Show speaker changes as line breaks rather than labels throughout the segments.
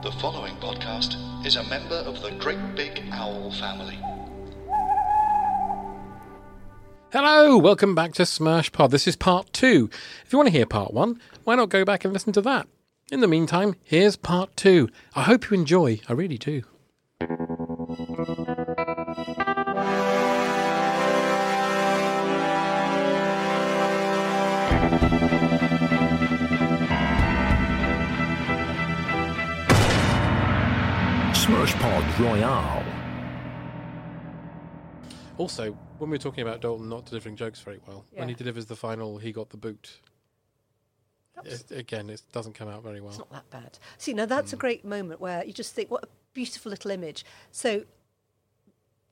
The following podcast is a member of the Great Big Owl family.
Hello, welcome back to Smash Pod. This is part two. If you want to hear part one, why not go back and listen to that? In the meantime, here's part two. I hope you enjoy. I really do.
Smirshpod Royale.
Also, when we were talking about Dalton not delivering jokes very well, when he delivers the final, he got the boot. It, again, it doesn't come out very well. Mm.
It's not that bad. See, now that's a great moment where you just think, what a beautiful little image. So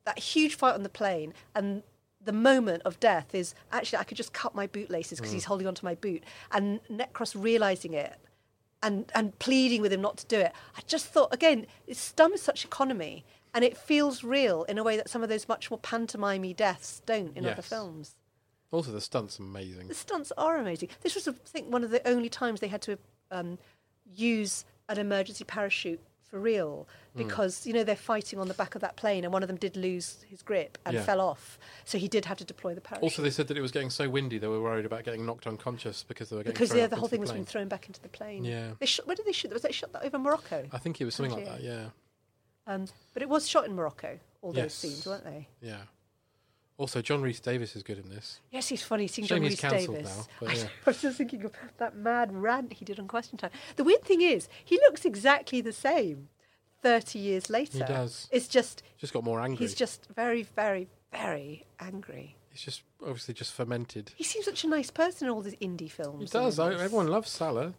that huge fight on the plane and the moment of death is actually I could just cut my bootlaces because he's
Mm.
holding onto my boot and Necros realizing it and and pleading with him not to do it. I just thought again, it's done with such economy and it feels real in a way that some of those much more pantomimey deaths don't in other
Yes.
films.
Also, the stunt's amazing.
The stunts are amazing. This was, I think, one of the only times they had to um, use an emergency parachute for real
Hmm.
because you know they're fighting on the back of that plane, and one of them did lose his grip and
Yeah.
fell off, so he did have to deploy the parachute.
Also, they said that it was getting so windy they were worried about getting knocked unconscious because they were getting
because
thrown
yeah,
up
the whole
into
thing was being
plane.
thrown back into the plane.
Yeah. Uh,
They shot, where did they shoot? that? Was that shot that over Morocco?
I think it was something like that.
Country.
Yeah,
Um, but it was shot in Morocco. All those
Yes.
scenes, weren't they?
yeah. Also, John Reese Davis is good in this.
Yes, he's funny. Seeing
Shame
John
he's
Rhys
cancelled
Davis.
now, but
I,
yeah.
was just thinking of that mad rant he did on Question Time. The weird thing is, he looks exactly the same thirty years later.
does.
It's just
Just got more angry.
he's just very, very, very angry.
He's just obviously just fermented.
He seems such a nice person in all these indie films.
He
and
does.
all
I,
this.
everyone loves Salah.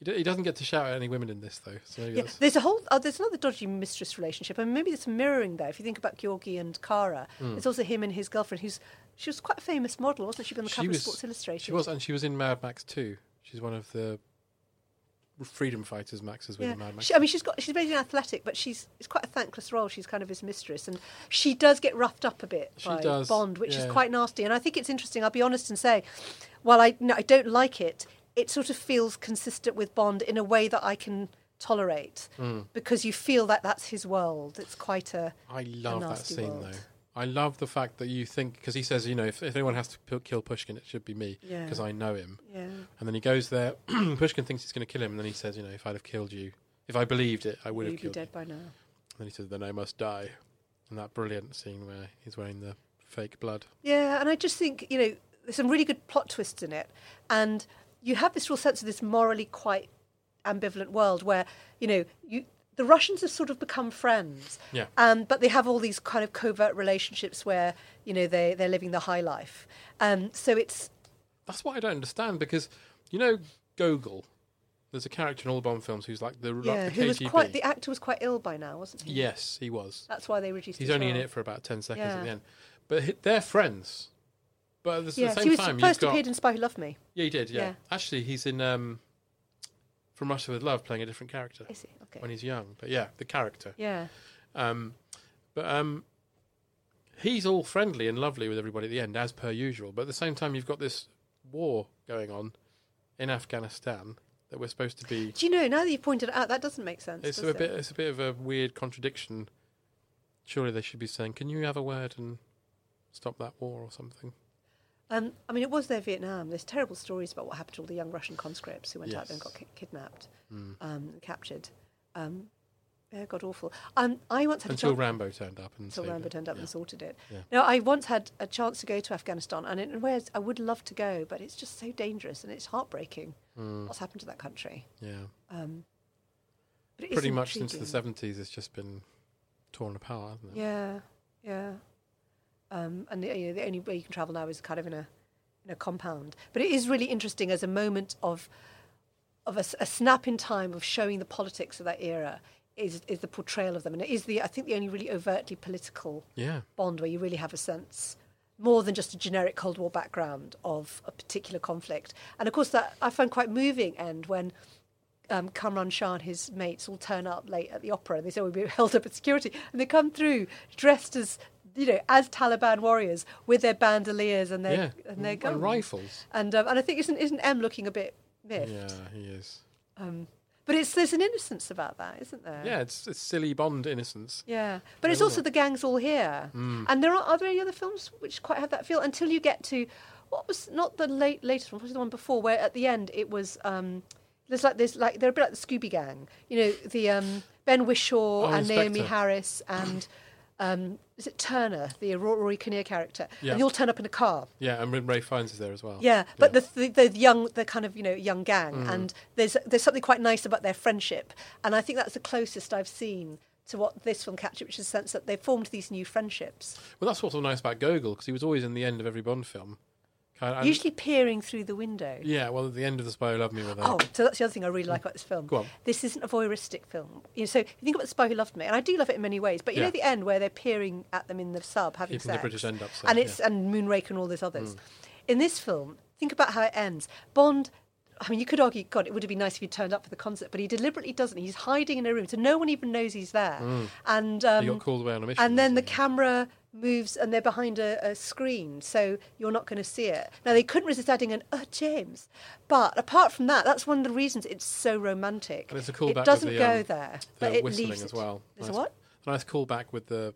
He, do, he doesn't get to shout at any women in this though. So maybe
Yeah,
that's,
there's a whole. Oh, there's another dodgy mistress relationship, and maybe there's some mirroring there. If you think about Georgie and Cara,
Hmm.
it's also him and his girlfriend, who's she was quite a famous model, wasn't she? Been on the cover of Sports Illustrated.
She was, and she was in Mad Max too. She's one of the freedom fighters Max is with in Mad Max.
She, I mean, she's got she's very athletic, but she's it's quite a thankless role. She's kind of his mistress, and she does get roughed up a bit
She
by
does,
Bond, which
yeah.
is quite nasty. And I think it's interesting. I'll be honest and say, while I no, I don't like it, it sort of feels consistent with Bond in a way that I can tolerate because you feel that that's his world. It's quite a
Mm. I love that
nasty
scene
world.
though. I love the fact that you think because he says, you know, if, if anyone has to p- kill Pushkin, it should be me
Yeah.
because I know him.
yeah.
And then he goes there. Pushkin thinks he's going to kill him, and then he says, you know, if I'd have killed you, if I believed it, I would
You'd
have
be
killed you.
dead by now.
And then he says, then I must die. And that brilliant scene where he's wearing the fake blood.
Yeah, and I just think, you know, there's some really good plot twists in it. And you have this real sense of this morally quite ambivalent world where, you know, you the Russians have sort of become friends.
Yeah.
Um, but they have all these kind of covert relationships where, you know, they, they're living the high life. Um, so it's
That's what I don't understand because you know Gogol. There's a character in all the Bond films who's like the,
yeah,
like the
who was
KGB.
quite the actor was quite ill by now, wasn't he?
yes, he was.
That's why they reduced
He's
his
only in
role.
it for about ten seconds at
Yeah.
the end, but hi- they're friends. But at the, s- the
Yes,
same
he was
time, you've
first
got
appeared in Spy Who Loved Me.
yeah, he did. Yeah.
Yeah.
actually, he's in um, From Russia with Love, playing a different character
Is he? Okay.
when he's young. But yeah, the character.
yeah.
Um, but um, he's all friendly and lovely with everybody at the end, as per usual. But at the same time, you've got this war going on in Afghanistan that we're supposed to be.
Do you know, now that you've pointed it out, that doesn't make sense.
It's
does
a
it?
bit. It's a bit of a weird contradiction. Surely they should be saying, "Can you have a word and stop that war or something?"
Um, I mean, it was their Vietnam. There's terrible stories about what happened to all the young Russian conscripts who went out there and
Yes. Hmm.
got ki- kidnapped, um, and captured. Um, yeah, God awful. Um, I once had
Until
a chance,
Rambo turned up and
until
saved
Rambo
it.
turned up
Yeah.
and sorted it.
Yeah.
Now, I once had a chance to go to Afghanistan, and in ways I would love to go, but it's just so dangerous and it's heartbreaking
Hmm.
what's happened to that country.
Yeah.
Um, but it is
Pretty much since the
intriguing.
seventies, it's just been torn apart, hasn't it?
Yeah, yeah. Um, and the, you know, the only way you can travel now is kind of in a in a compound. But it is really interesting as a moment of of a, s- a snap in time of showing the politics of that era is is the portrayal of them, and it is the I think the only really overtly political
Yeah.
Bond where you really have a sense more than just a generic Cold War background of a particular conflict. And of course, that I find quite moving end when um, Kamran Shah and his mates all turn up late at the opera and they say "Oh, we'll be held up at security, and they come through dressed as you know as Taliban warriors with their bandoliers and their
yeah.
and their guns
rifles.
And um, and I think isn't isn't M looking a bit miffed?
Yeah, he is.
But it's there's an innocence about that, isn't there?
Yeah, it's, it's silly Bond innocence.
Yeah, but it's also the gangs all here,
Mm.
and there are are there any other films which quite have that feel until you get to what was not the late latest one, what was the one before where at the end it was um, there's like this like they're a bit like the Scooby Gang, you know the um, Ben Wishaw
Oh,
and Naomi
Inspector.
Harris and um, is it Turner the Ro- Rory Kinnear character,
Yeah.
and they all turn up in a car.
Yeah, and Ray Fiennes is there as well.
Yeah, but the, the the young, the kind of you know young gang, and there's there's something quite nice about their friendship, and I think that's the closest I've seen to what this film captured, which is the sense that they formed these new friendships,
Well, that's what's so nice about Gogol because he was always in the end of every Bond film. Kind of- and-
usually peering through the window.
Yeah, well, at the end of The Spy Who Loved Me, were there.
Oh, so that's the other thing I really like about this film.
Go on.
This isn't a voyeuristic film. You know, so if you think about The Spy Who Loved Me, and I do love it in many ways, but you
Yeah.
know the end where they're peering at them in the sub having
Keeping the
sex,
British end up safe,
and it's
yeah. Hmm.
and Moonraker and all those others. In this film, think about how it ends. Bond. I mean, you could argue, God, it would have been nice if he turned up for the concert, but he deliberately doesn't. He's hiding in a room, so no one even knows he's there.
Hmm.
And um,
got called away on a mission,
And then the
didn't he?
camera moves, and they're behind a, a screen, so you're not going to see it. Now they couldn't resist adding an "uh, James," but apart from that, that's one of the reasons it's so romantic.
And it's a callback.
It doesn't
with the, um,
go there,
the
but it
whistling
leaves
as
it-
well.
It's a
nice,
what?
A nice callback with the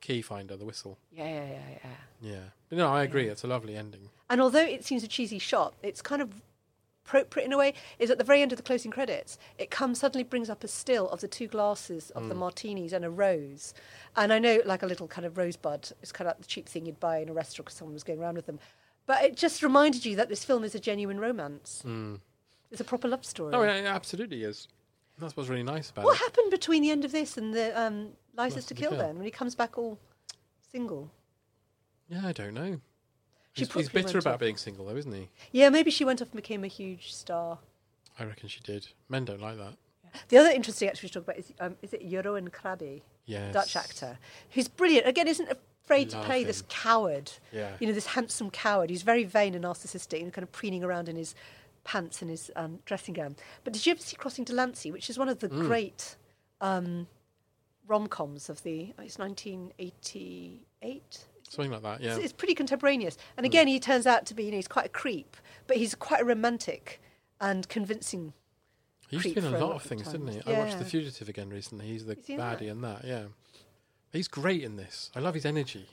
key finder, the whistle.
Yeah, yeah, yeah, yeah.
Yeah, but no, I agree. It's a lovely ending.
And although it seems a cheesy shot, it's kind of appropriate in a way. Is at the very end of the closing credits, it comes suddenly brings up a still of the two glasses of the martinis and a rose. And I know, like a little kind of rosebud, it's kind of like the cheap thing you'd buy in a restaurant because someone was going around with them. But it just reminded you that this film is a genuine romance. It's a proper love story.
No, it it absolutely is. That's what's really nice about
What
it.
happened between the end of this and the um,
License
License to
to
Kill?
Kill.
Then when he comes back all single,
Yeah, I don't know.
She
He's, he's
probably
bitter
went
about
off-
being single, though, isn't he?
yeah, maybe she went off and became a huge star.
I reckon she did. Men don't like that.
The other interesting actor we should talk about is um, is it Jeroen Krabbe,
Yes.
Dutch actor, who's brilliant. Again, isn't afraid to
Love
play this
him.
coward.
Yeah.
You know, this handsome coward. He's very vain and narcissistic, and kind of preening around in his pants and his um, dressing gown. But did you ever see Crossing Delancey, which is one of the
Mm.
great um, rom coms of the? oh, It's nineteen eighty eight.
Something like that. Yeah. Mm.
It's, it's pretty contemporaneous. And again, he turns out to be, you know, he's quite a creep, but he's quite a romantic and convincing.
He used to be in
creep
a
for a
lot
lot
of
of
things, didn't he?
times.
I watched The
Yeah.
Fugitive again recently. He's the
Is he in
baddie
that?
in that. Yeah. He's great in this. I love his energy.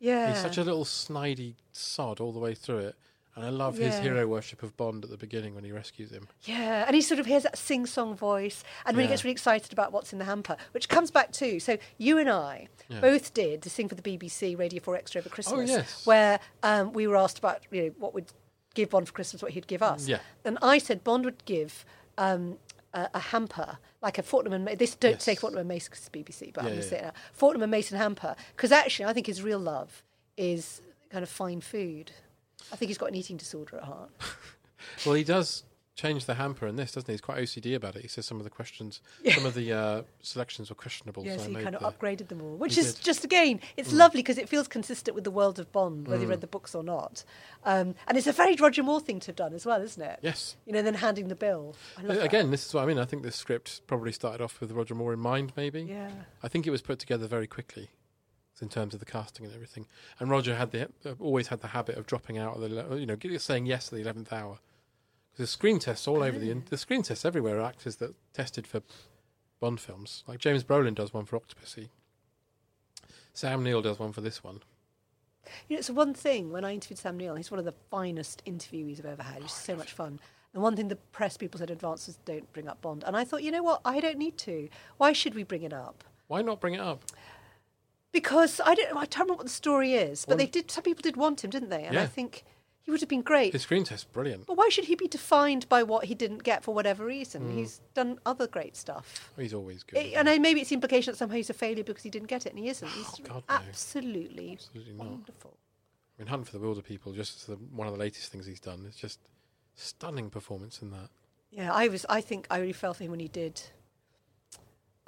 Yeah.
He's such a little snidey sod all the way through it. And I love his
Yeah.
hero worship of Bond at the beginning when he rescues him.
Yeah, and he sort of hears that sing song voice, and when
Yeah.
he gets really excited about what's in the hamper, which comes back too. So, you and I
Yeah. Oh,
both did this thing for the BBC Radio 4 Extra over Christmas,
yes.
where um, we were asked about you know, what would give Bond for Christmas, what he'd give us.
Yeah.
And I said Bond would give um, a, a hamper, like a Fortnum and Ma- This don't say
Yes.
Fortnum and Mason 'cause it's BBC, but
Yeah,
I'm going
yeah.
to say it now. Fortnum and Mason hamper, because actually, I think his real love is kind of fine food. I think he's got an eating disorder at heart.
Well, he does change the hamper in this, doesn't he? He's quite OCD about it. He says some of the questions, some of the uh, selections were questionable.
Yes,
so I
he
made
kind of
the-
upgraded them all, which
He
is
did. Mm.
just again, it's lovely because it feels consistent with the world of Bond, whether you read the books or not. Um, and it's a very Roger Moore thing to have done as well, isn't it?
Yes.
You know, then handing the bill. I love that.
Again, this is what I mean. I think this script probably started off with Roger Moore in mind, maybe.
Yeah.
I think it was put together very quickly in terms of the casting and everything. And Roger had the uh, always had the habit of dropping out of the le- you know g- saying yes to the eleventh hour. 'Cause The screen tests all over the the screen tests everywhere are actors that tested for Bond films. Like James Brolin does one for Octopussy. Sam Neill does one for this one.
You know, it's one thing when I interviewed Sam Neill, he's one of the finest interviewees I've ever had. He's so much fun. And one thing the press people said in advance was don't bring up Bond. And I thought, you know what? I don't need to. Why should we bring it up?
Why not bring it up?
Because I don't, I don't remember what the story is, but they did. Some people did want him, didn't they? And I
Yeah.
think he would have been great.
His screen test, brilliant.
But why should he be defined by what he didn't get for whatever reason? He's done other great stuff.
He's always Mm. good.
It, and I, maybe it's the implication that somehow he's a failure because he didn't get it, and he isn't. He's
Oh, God, no.
absolutely,
Absolutely not.
wonderful.
I mean, Hunt for the Wilder People, just the, one of the latest things he's done. It's just stunning performance in that.
Yeah, I was. I think I really fell for him when he did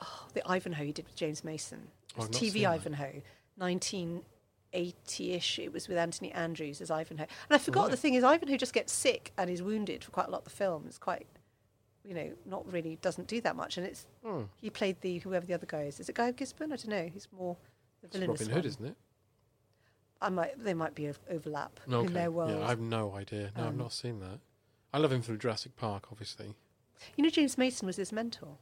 oh, the Ivanhoe he did with James Mason. It
Oh,
was
I've not seen
TV
that.
Ivanhoe, nineteen eighty-ish. It was with Anthony Andrews as Ivanhoe, and I forgot the thing is Ivanhoe just gets sick and is wounded for quite a lot of the film. It's quite, you know, not really doesn't do that much, and it's he played the whoever the other guy is. Is it Guy Gisborne? I don't know. He's more the
It's
villainous
Robin Hood,
one.
isn't it?
I might. There might be an overlap
No,
in their world. Um,
Yeah, I have no idea. No, I've not seen that. I love him from Jurassic Park, obviously.
you know, James Mason was his mentor.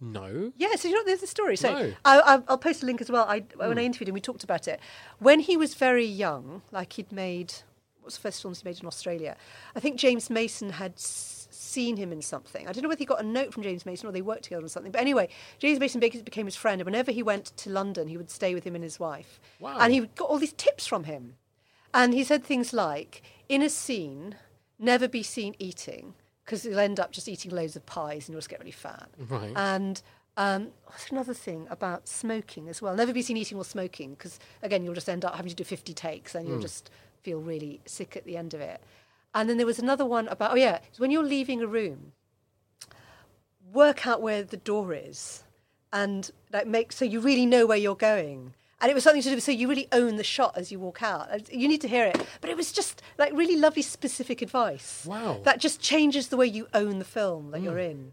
No.
Yeah, so you know, there's the story. So
No. Hmm.
I, I, I'll post a link as well. I, When I interviewed him, we talked about it. When he was very young, like he'd made, what was the first films he made in Australia? I think James Mason had s- seen him in something. I don't know whether he got a note from James Mason or they worked together on something. But anyway, James Mason bec- became his friend. And whenever he went to London, he would stay with him and his wife.
Wow.
And he got all these tips from him. And he said things like, in a scene, never be seen eating, because you'll end up just eating loads of pies and you'll just get really fat.
Right.
And um, what's another thing about smoking as well? Never be seen eating or smoking, because again, you'll just end up having to do 50 takes and you'll just feel really sick at the end of it. And then there was another one about, oh yeah, it's when you're leaving a room, work out where the door is and like make so you really know where you're going and it was something to do with- so you really own the shot as you walk out And you need to hear it but it was just like really lovely specific advice
Wow. Mm.
that just changes the way you own the film that you're in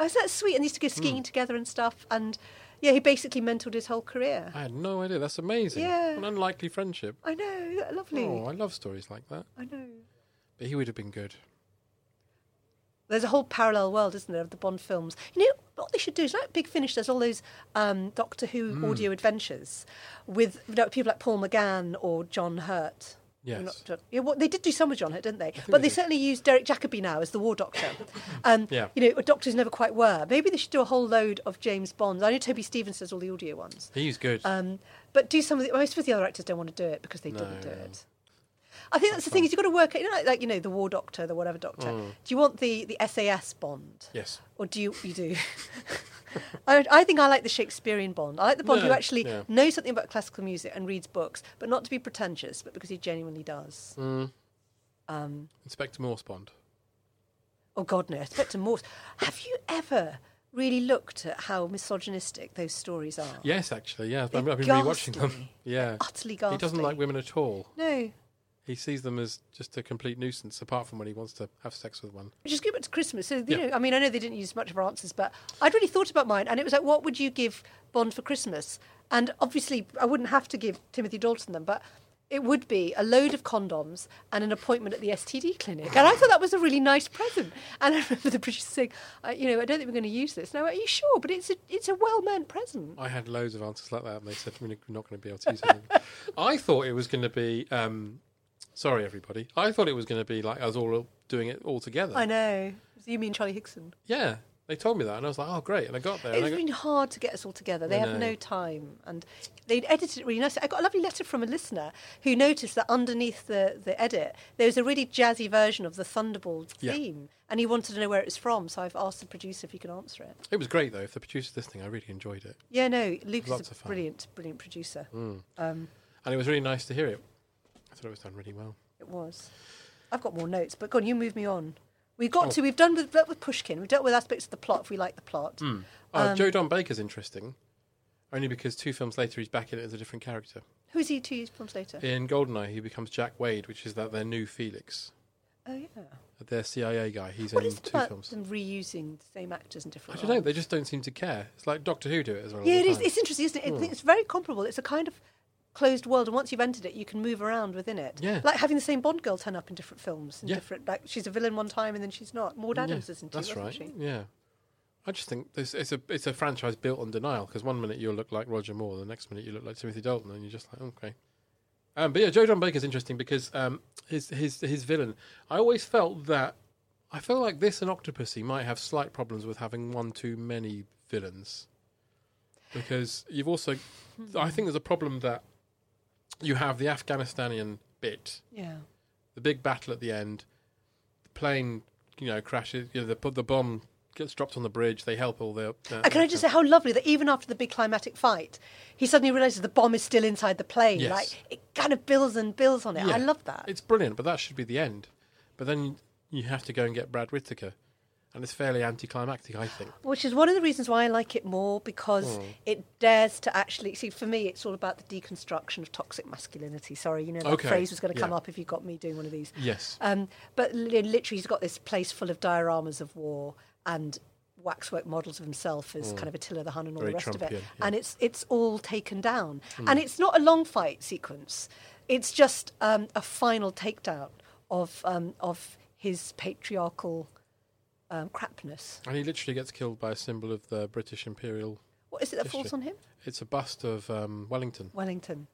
oh is that sweet and they used to go skiing together and stuff and yeah he basically mentored his whole career
I had no idea. That's amazing.
Yeah.
An unlikely friendship.
i know lovely
Oh, I love stories like that.
i know
But he would have been good.
There's a whole parallel world, isn't there, of the Bond films? You know what they should do is like Big Finish does all those um, Doctor Who
Hmm.
audio adventures with you know, people like Paul McGann or John Hurt.
Yes.
Not John- yeah, well, they did do some with John Hurt, didn't they?
think
But
they
they
did.
certainly use Derek Jacobi now as the War Doctor. Um,
Yeah.
You know, a Doctors never quite were. Maybe they should do a whole load of James Bonds. I know Toby Stevens does all the audio ones,
He's good.
um, but do some of the. I suppose the other actors don't want to do it because they didn't do
no.
it. I think that's the thing is you've got to work out, you know, like, like, you know, the war doctor, the whatever doctor.
Mm.
Do you want the, the SAS bond?
yes.
Or do you, you do? I, I think I like the Shakespearean bond. I like the bond who
No,
actually
yeah.
knows something about classical music and reads books, but not to be pretentious, but because he genuinely does.
Mm.
Um,
Inspector Morse Bond.
Oh, God, no. Inspector Morse. Have you ever really looked at how misogynistic those stories are?
Yes, actually. Yeah. I've been,
They're
I've been rewatching them.
ghastly.
Yeah.
Utterly
He
ghastly.
doesn't like women at all.
No.
He sees them as just a complete nuisance, apart from when he wants to have sex with one.
Just go back to Christmas. So, you
Yeah.
know, I mean, I know they didn't use much of our answers, but I'd really thought about mine, and it was like, what would you give Bond for Christmas? And obviously, I wouldn't have to give Timothy Dalton them, but it would be a load of condoms and an appointment at the STD clinic. And I thought that was a really nice present. And I remember the producer saying, uh, you know, I don't think we're going to use this. Now, are you sure? But it's a, it's a well meant present.
I had loads of answers like that, and they said, We're not going to be able to use anything. I thought it was going to be, um, sorry, everybody. I thought it was going to be like us all doing it all together.
I know. You mean Charlie Hickson?
Yeah. They told me that, and I was like, Oh, great. And I got there. and I
It's
got-
been hard to get us all together. They
I
have
know.
no time, and they edited it really nicely. I got a lovely letter from a listener who noticed that underneath the, the edit there was a really jazzy version of the Thunderbolt
Yeah.
theme, and he wanted to know where it was from. So I've asked the producer if he can answer it.
It was great though. If the producer this thing, I really enjoyed it,
Yeah, no, Luke
Lots
is
of
a
fun. Hmm.
brilliant, brilliant producer. Um,
and it was really nice to hear it. I thought it was done really well.
It was. I've got more notes, but go on, you move me on. We've
Oh.
got to. We've done with, dealt with Pushkin. We've dealt with aspects of the plot if we like the plot.
Oh,
Um,
Joe Don Baker's interesting, only because two films later he's back in it as a different character.
Who is he two films later?
In Goldeneye, he becomes Jack Wade, which is that their new Felix,
Oh yeah.
their CIA guy. He's
What
in
is it
two
about
films.
them reusing the same actors in different?
I don't know.
roles?
They just don't seem to care. It's like Doctor Who do it as well. all
Yeah,
the
it is.
time. Hmm.
It's interesting, isn't it? I think It's very comparable. It's a kind of closed world, and once you've entered it, you can move around within it.
Yeah.
Like having the same Bond girl turn up in different films. In
Yeah.
different, like she's a villain one time and then she's not. Maud
Yeah,
Adams isn't.
That's
she,
right.
wasn't She?
Yeah. I just think this, it's a it's a franchise built on denial because one minute you'll look like Roger Moore, the next minute you look like Timothy Dalton, and you're just like okay. Um, but yeah, Joe John Baker's interesting because um, his his his villain. I always felt that I feel like this and Octopussy might have slight problems with having one too many villains because you've also. I think there's a problem that you have the Afghanistanian bit,
Yeah.
the big battle at the end, the plane, you know, crashes. You know, the the bomb gets dropped on the bridge. They help all the. Uh,
And can I just say how lovely that even after the big climatic fight, he suddenly realizes the bomb is still inside the plane.
Yes.
Like it kind of builds and builds on it. I
Yeah.
love that.
It's brilliant, but that should be the end. But then you have to go and get Brad Whittaker, and it's fairly anticlimactic, I think.
Which is one of the reasons why I like it more because
Hmm.
it dares to actually see. For me, it's all about the deconstruction of toxic masculinity. Sorry, you know that
Okay,
phrase was going to come
yeah.
up if you got me doing one of these.
Yes.
Um, but li- literally, he's got this place full of dioramas of war and waxwork models of himself as kind of Attila the Hun and all
Hmm. Very
the rest of
Trumpian,
it.
yeah. Hmm.
And it's it's all taken down, and it's not a long fight sequence. It's just um, a final takedown of um, of his patriarchal um, crapness.
And he literally gets killed by a symbol of the British Imperial.
What is it that falls
History.
on him?
It's a bust of um, Wellington.
Wellington.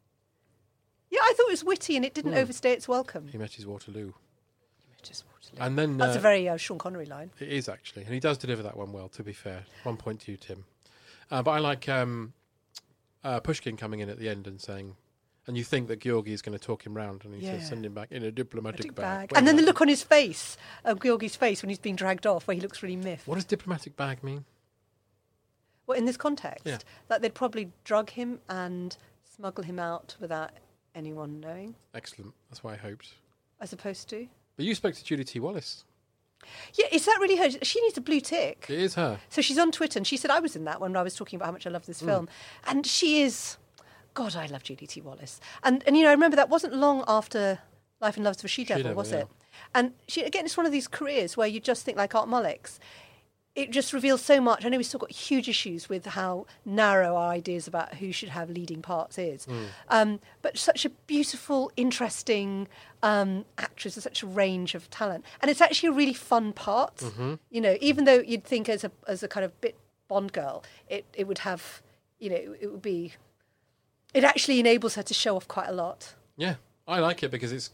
Yeah, I thought it was witty and it didn't overstay its welcome.
Hmm. He met his Waterloo.
Just Waterloo.
And then.
That's
uh,
a very uh, Sean Connery line.
It is actually, and he does deliver that one well. To be fair, one point to you, Tim. Uh, but I like um, uh, Pushkin coming in at the end and saying, and you think that Georgi is going to talk him round, and he
Yeah.
says, "Send him back in a diplomatic
Magic
bag."
bag. And then the
Wait,
look on his face, uh, Georgie's face, when he's being dragged off, where he looks really miffed.
What does diplomatic bag mean?
Well, in this context,
Yeah.
that they'd probably drug him and smuggle him out without anyone knowing,
Excellent. That's what I hoped.
as opposed to.
But you spoke to Judy T. Wallace.
Yeah, is that really her? She needs a blue tick.
It is her.
So she's on Twitter and she said, I was in that when I was talking about how much I love this film. And she is, God, I love Judy T. Wallace. And, and, you know, I remember that wasn't long after Life and Loves of a She Devil,
Devil,
was
yeah.
it? And she, again, it's one of these careers where you just think, like Art Mullick's, it just reveals so much. I know we've still got huge issues with how narrow our ideas about who should have leading parts is. Um, but such a beautiful, interesting um, actress with such a range of talent. And it's actually a really fun part. You know, even though you'd think as a, as a kind of bit Bond girl, it, it would have, you know, it would be, it actually enables her to show off quite a lot.
Yeah, I like it because it's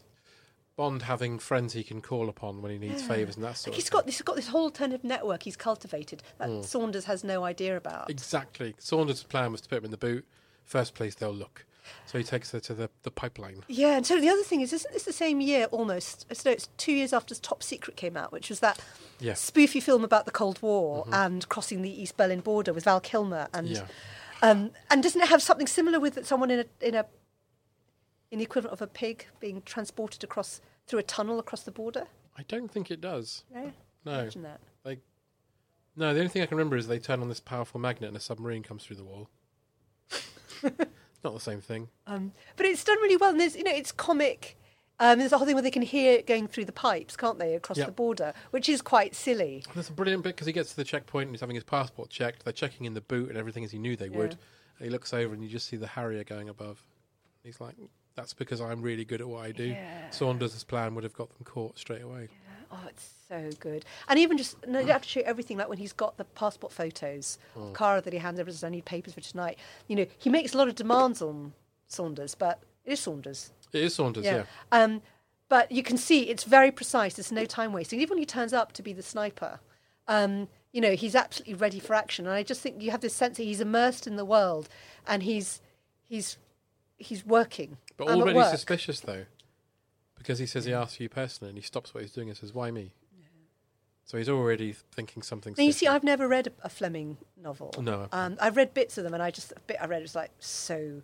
Bond having friends he can call upon when he needs favors and that sort.
Like
of
he's
thing.
got this, he's got this whole alternative network he's cultivated that Saunders has no idea about.
exactly. Saunders' plan was to put him in the boot. First place they'll look. So he takes her to the, the pipeline.
Yeah, and so the other thing is, isn't this the same year almost? So it's two years after Top Secret came out, which was that
Yeah. Mm-hmm.
spoofy film about the Cold War and crossing the East Berlin border with Val Kilmer, and
Yeah.
um, and doesn't it have something similar with someone in a in a in the equivalent of a pig being transported across through a tunnel across the border?
I don't think it does.
No,
No.
Imagine that.
Like, no, the only thing I can remember is they turn on this powerful magnet and a submarine comes through the wall. Not the same thing.
Um, but it's done really well, and there's you know it's comic. Um, there's a whole thing where they can hear it going through the pipes, can't they, across
Yep.
the border, which is quite silly.
And that's a brilliant bit because he gets to the checkpoint and he's having his passport checked. They're checking in the boot and everything as he knew they would. And he looks over and you just see the Harrier going above. He's like, "That's because I'm really good at what I do." Saunders' plan would have got them caught straight away.
Oh, it's so good. And even just, no, you have to shoot everything. Like when he's got the passport photos,
Hmm.
of Cara that he hands over and says, I need papers for tonight. You know, he makes a lot of demands on Saunders, but it is Saunders.
It is Saunders, yeah.
Um, but you can see it's very precise. There's no time wasting. Even when he turns up to be the sniper, um, you know, he's absolutely ready for action. And I just think you have this sense that he's immersed in the world and he's, he's, he's working.
But
I'm at
already
work.
suspicious though, because he says he asks you personally and he stops what he's doing and says, "Why me?" So he's already thinking something.
Now, you see, I've never read a, a Fleming novel.
No.
um, I've read bits of them, and I just a bit I read was like so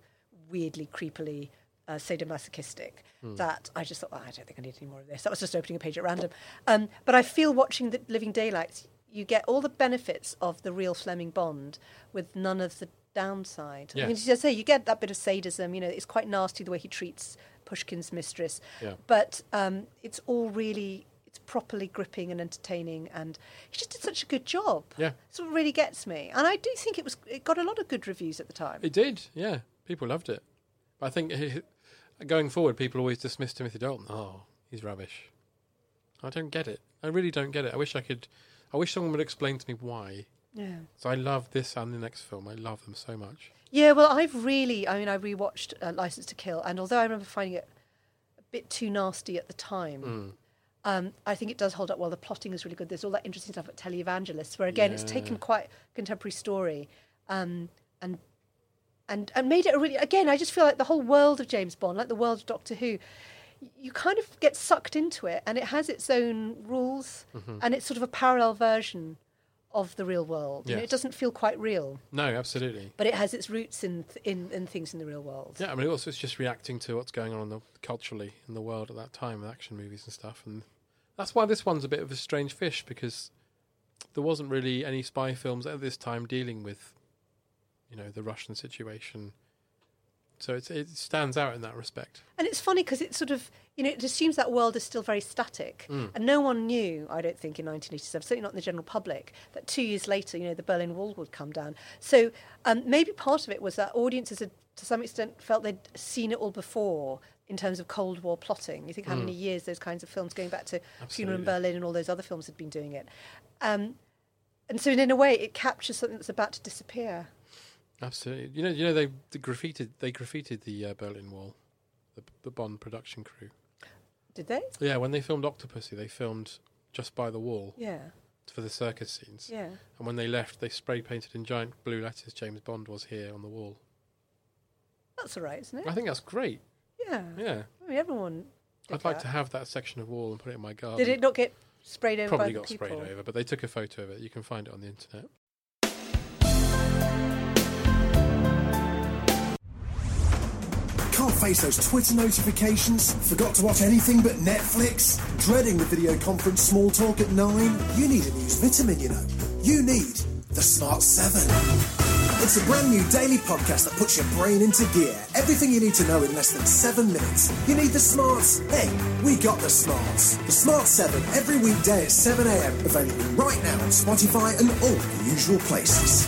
weirdly, creepily uh, sadomasochistic
Hmm.
that I just thought, oh, I don't think I need any more of this. That was just opening a page at random. Um, but I feel watching the Living Daylights, you get all the benefits of the real Fleming Bond with none of the downside. I mean,
Yes.
as I say, you get that bit of sadism. You know, it's quite nasty the way he treats Pushkin's mistress.
Yeah.
But um, it's all really, it's properly gripping and entertaining, and he just did such a good job.
Yeah.
so it really gets me, and I do think it was. It got a lot of good reviews at the time.
It did, yeah. People loved it. But I think he- going forward, people always dismiss Timothy Dalton. Oh, he's rubbish. I don't get it. I really don't get it. I wish I could. I wish someone would explain to me why.
Yeah.
So I love this and the next film. I love them so much.
Yeah, well, I've really, I mean, I rewatched uh, License to Kill, and although I remember finding it a bit too nasty at the time, um, I think it does hold up well. The plotting is really good. There's all that interesting stuff at televangelists, where again, it's taken quite a contemporary story, um, and and and made it a really. Again, I just feel like the whole world of James Bond, like the world of Doctor Who, you kind of get sucked into it, and it has its own rules, and it's sort of a parallel version of the real world. You know,
Yes.
it doesn't feel quite real
No, absolutely.
but it has its roots in th- in, in things in the real world.
Yeah, I mean, also it's just reacting to what's going on in the, culturally in the world at that time with action movies and stuff, and that's why this one's a bit of a strange fish because there wasn't really any spy films at this time dealing with, you know, the Russian situation. So it's, it stands out in that respect.
And it's funny because it sort of you know it assumes that world is still very static, and no one knew, I don't think, in 1987, certainly not in the general public, that two years later, you know, the Berlin Wall would come down. So um, maybe part of it was that audiences had, to some extent, felt they'd seen it all before. In terms of Cold War plotting, you think how many years those kinds of films, going back to Funeral in Berlin and all those other films, had been doing it. Um, and so, in a way, it captures something that's about to disappear.
Absolutely. You know, you know they, they graffitied they graffitied the uh, Berlin Wall, the, the Bond production crew.
Did they?
Yeah, when they filmed Octopussy, they filmed just by the wall
Yeah,
for the circus scenes.
yeah.
And when they left, they spray painted in giant blue letters James Bond was here on the wall.
That's all right, isn't it?
I think that's great.
Yeah.
Yeah.
I mean, everyone. Did
I'd like
that.
to have that section of wall and put it in my garden.
Did it not get sprayed over
Probably
by the
got
people?
sprayed over, but they took a photo of it. You can find it on the internet.
Can't face those Twitter notifications? Forgot to watch anything but Netflix? Dreading the video conference small talk at 9? You need a news vitamin, you know. You need the Smart 7. It's a brand new daily podcast that puts your brain into gear. Everything you need to know in less than seven minutes. You need the smarts. Hey, we got the smarts. The Smart 7 every weekday at 7am. Available right now on Spotify and all the usual places.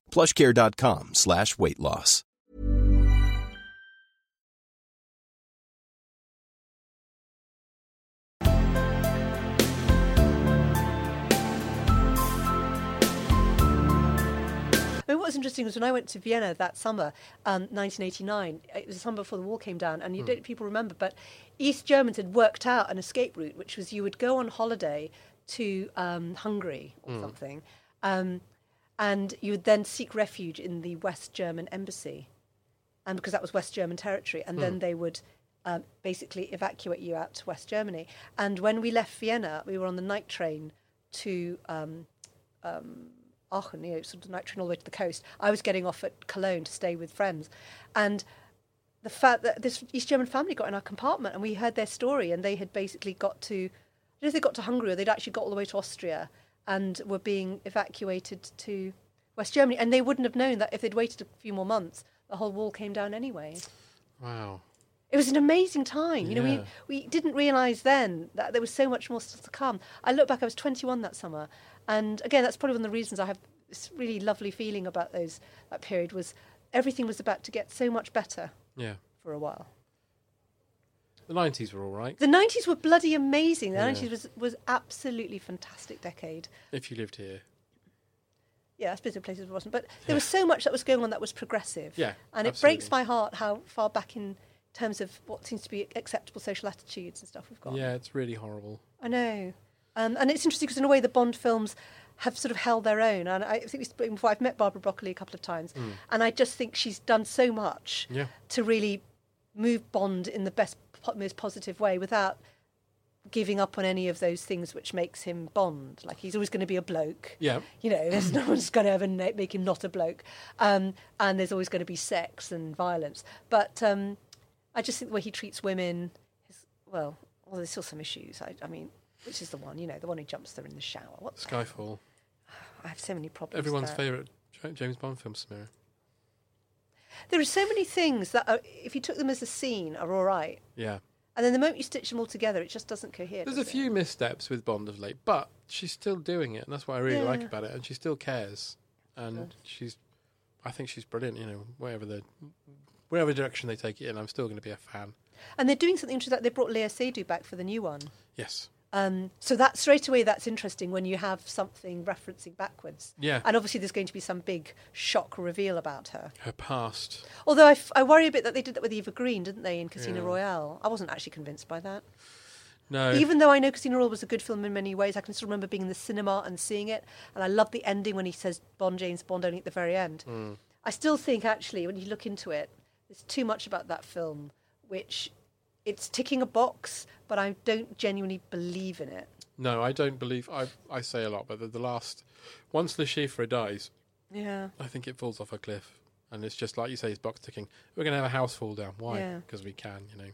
Plushcare.com slash weight loss.
I mean, what was interesting was when I went to Vienna that summer, um, 1989. It was the summer before the wall came down, and you don't people remember, but East Germans had worked out an escape route, which was you would go on holiday to um, Hungary or something, um, and you would then seek refuge in the West German embassy, and because that was West German territory, and then they would. Um, basically, evacuate you out to West Germany. And when we left Vienna, we were on the night train to um, Aachen, you know, sort of night train all the way to the coast. I was getting off at Cologne to stay with friends, and the fact that this East German family got in our compartment and we heard their story, and they had basically got to, I don't know if they got to Hungary or they'd actually got all the way to Austria and were being evacuated to West Germany, and they wouldn't have known that if they'd waited a few more months, the whole wall came down anyway.
Wow.
It was an amazing time. You know,
Yeah.
we, we didn't realise then that there was so much more still to come. I look back, I was 21 that summer. And again, that's probably one of the reasons I have this really lovely feeling about those that period was everything was about to get so much better
Yeah.
for a while.
The 90s were all right
The 90s were bloody amazing. The
Yeah.
90s was, was absolutely fantastic decade.
if you lived here.
yeah, I suppose in places it wasn't, but there was so much that was going on that was progressive.
Yeah,
and it
absolutely.
breaks my heart how far back in terms of what seems to be acceptable social attitudes and stuff we've got.
Yeah, it's really horrible.
I know, um, and it's interesting because in a way the Bond films have sort of held their own, and I think we spoke before. I've met Barbara Broccoli a couple of times, and I just think she's done so much
Yeah.
to really move Bond in the best, po- most positive way without giving up on any of those things which makes him Bond. Like he's always going to be a bloke.
Yeah.
You know, there's no one's going to ever na- make him not a bloke. Um, and there's always going to be sex and violence. But um, I just think the way he treats women is, well, well, there's still some issues. I, I mean, which is the one, you know, the one who jumps there in the shower. What the-
Skyfall.
I have so many problems.
Everyone's
there.
favourite Ja- James Bond film, Samira.
There are so many things that, are, if you took them as a scene, are all right.
Yeah.
And then the moment you stitch them all together, it just doesn't cohere.
There's a
does it?
few missteps with Bond of late, but she's still doing it, and that's what I really like
Yeah.
about it. And she still cares, and she's, I think she's brilliant. You know, wherever the, wherever direction they take it in, I'm still going to be a fan.
And they're doing something interesting. They brought Lea Seydoux back for the new one.
Yes,
Um, so that straight away, that's interesting when you have something referencing backwards.
Yeah.
And obviously, there's going to be some big shock reveal about her.
her past.
Although I, f- I worry a bit that they did that with Eva Green, didn't they, in Casino
Yeah.
Royale? I wasn't actually convinced by that.
No,
Even though I know Casino Royale was a good film in many ways, I can still remember being in the cinema and seeing it. And I love the ending when he says Bond, James Bond, only at the very end.
Mm.
I still think, actually, when you look into it, there's too much about that film, which it's ticking a box, but I don't genuinely believe in it.
no, I don't believe. I I say a lot, but the, the last, once Le Chiffre dies,
Yeah.
I think it falls off a cliff, and it's just like you say, it's box ticking. We're going to have a house fall down. Why?
Yeah.
Because we can, you know.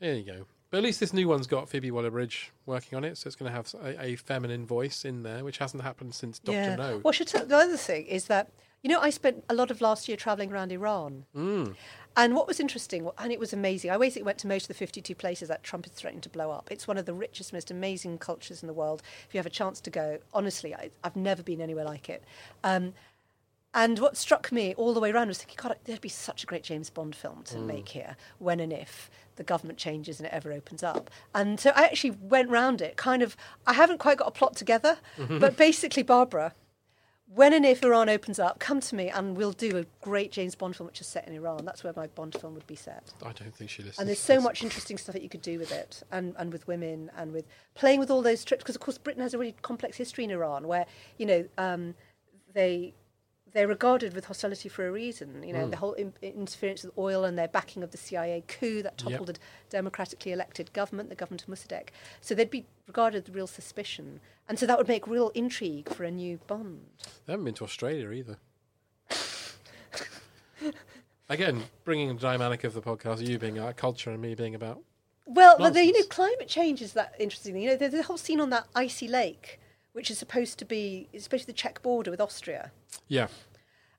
There you go. But at least this new one's got Phoebe Waller-Bridge working on it, so it's going to have a, a feminine voice in there, which hasn't happened since Doctor No.
Well, I should tell, the other thing is that you know I spent a lot of last year traveling around Iran,
Mm.
and what was interesting and it was amazing. I basically went to most of the fifty-two places that Trump is threatening to blow up. It's one of the richest, most amazing cultures in the world. If you have a chance to go, honestly, I, I've never been anywhere like it. Um, and what struck me all the way around was thinking, God, there'd be such a great James Bond film to make here when and if the government changes and it ever opens up. And so I actually went round it, kind of, I haven't quite got a plot together, but basically, Barbara, when and if Iran opens up, come to me and we'll do a great James Bond film which is set in Iran. That's where my Bond film would be set.
I don't think she listens.
And there's
to
so
this.
much interesting stuff that you could do with it, and, and with women, and with playing with all those trips. Because of course, Britain has a really complex history in Iran, where you know um, they they're regarded with hostility for a reason. You know,
Hmm.
the whole in- interference with oil and their backing of the CIA coup that
Yep.
toppled a democratically elected government, the government of Mossadegh. So they'd be regarded with real suspicion, and so that would make real intrigue for a new Bond.
They haven't been to Australia either. Again, bringing the dynamic of the podcast, you being about culture and me being about.
Well, but the, you know,
Nonsense.
climate change is that interesting. You know, there's a whole scene on that icy lake, which is supposed to be, it's supposed to be the Czech border with Austria,
Yeah,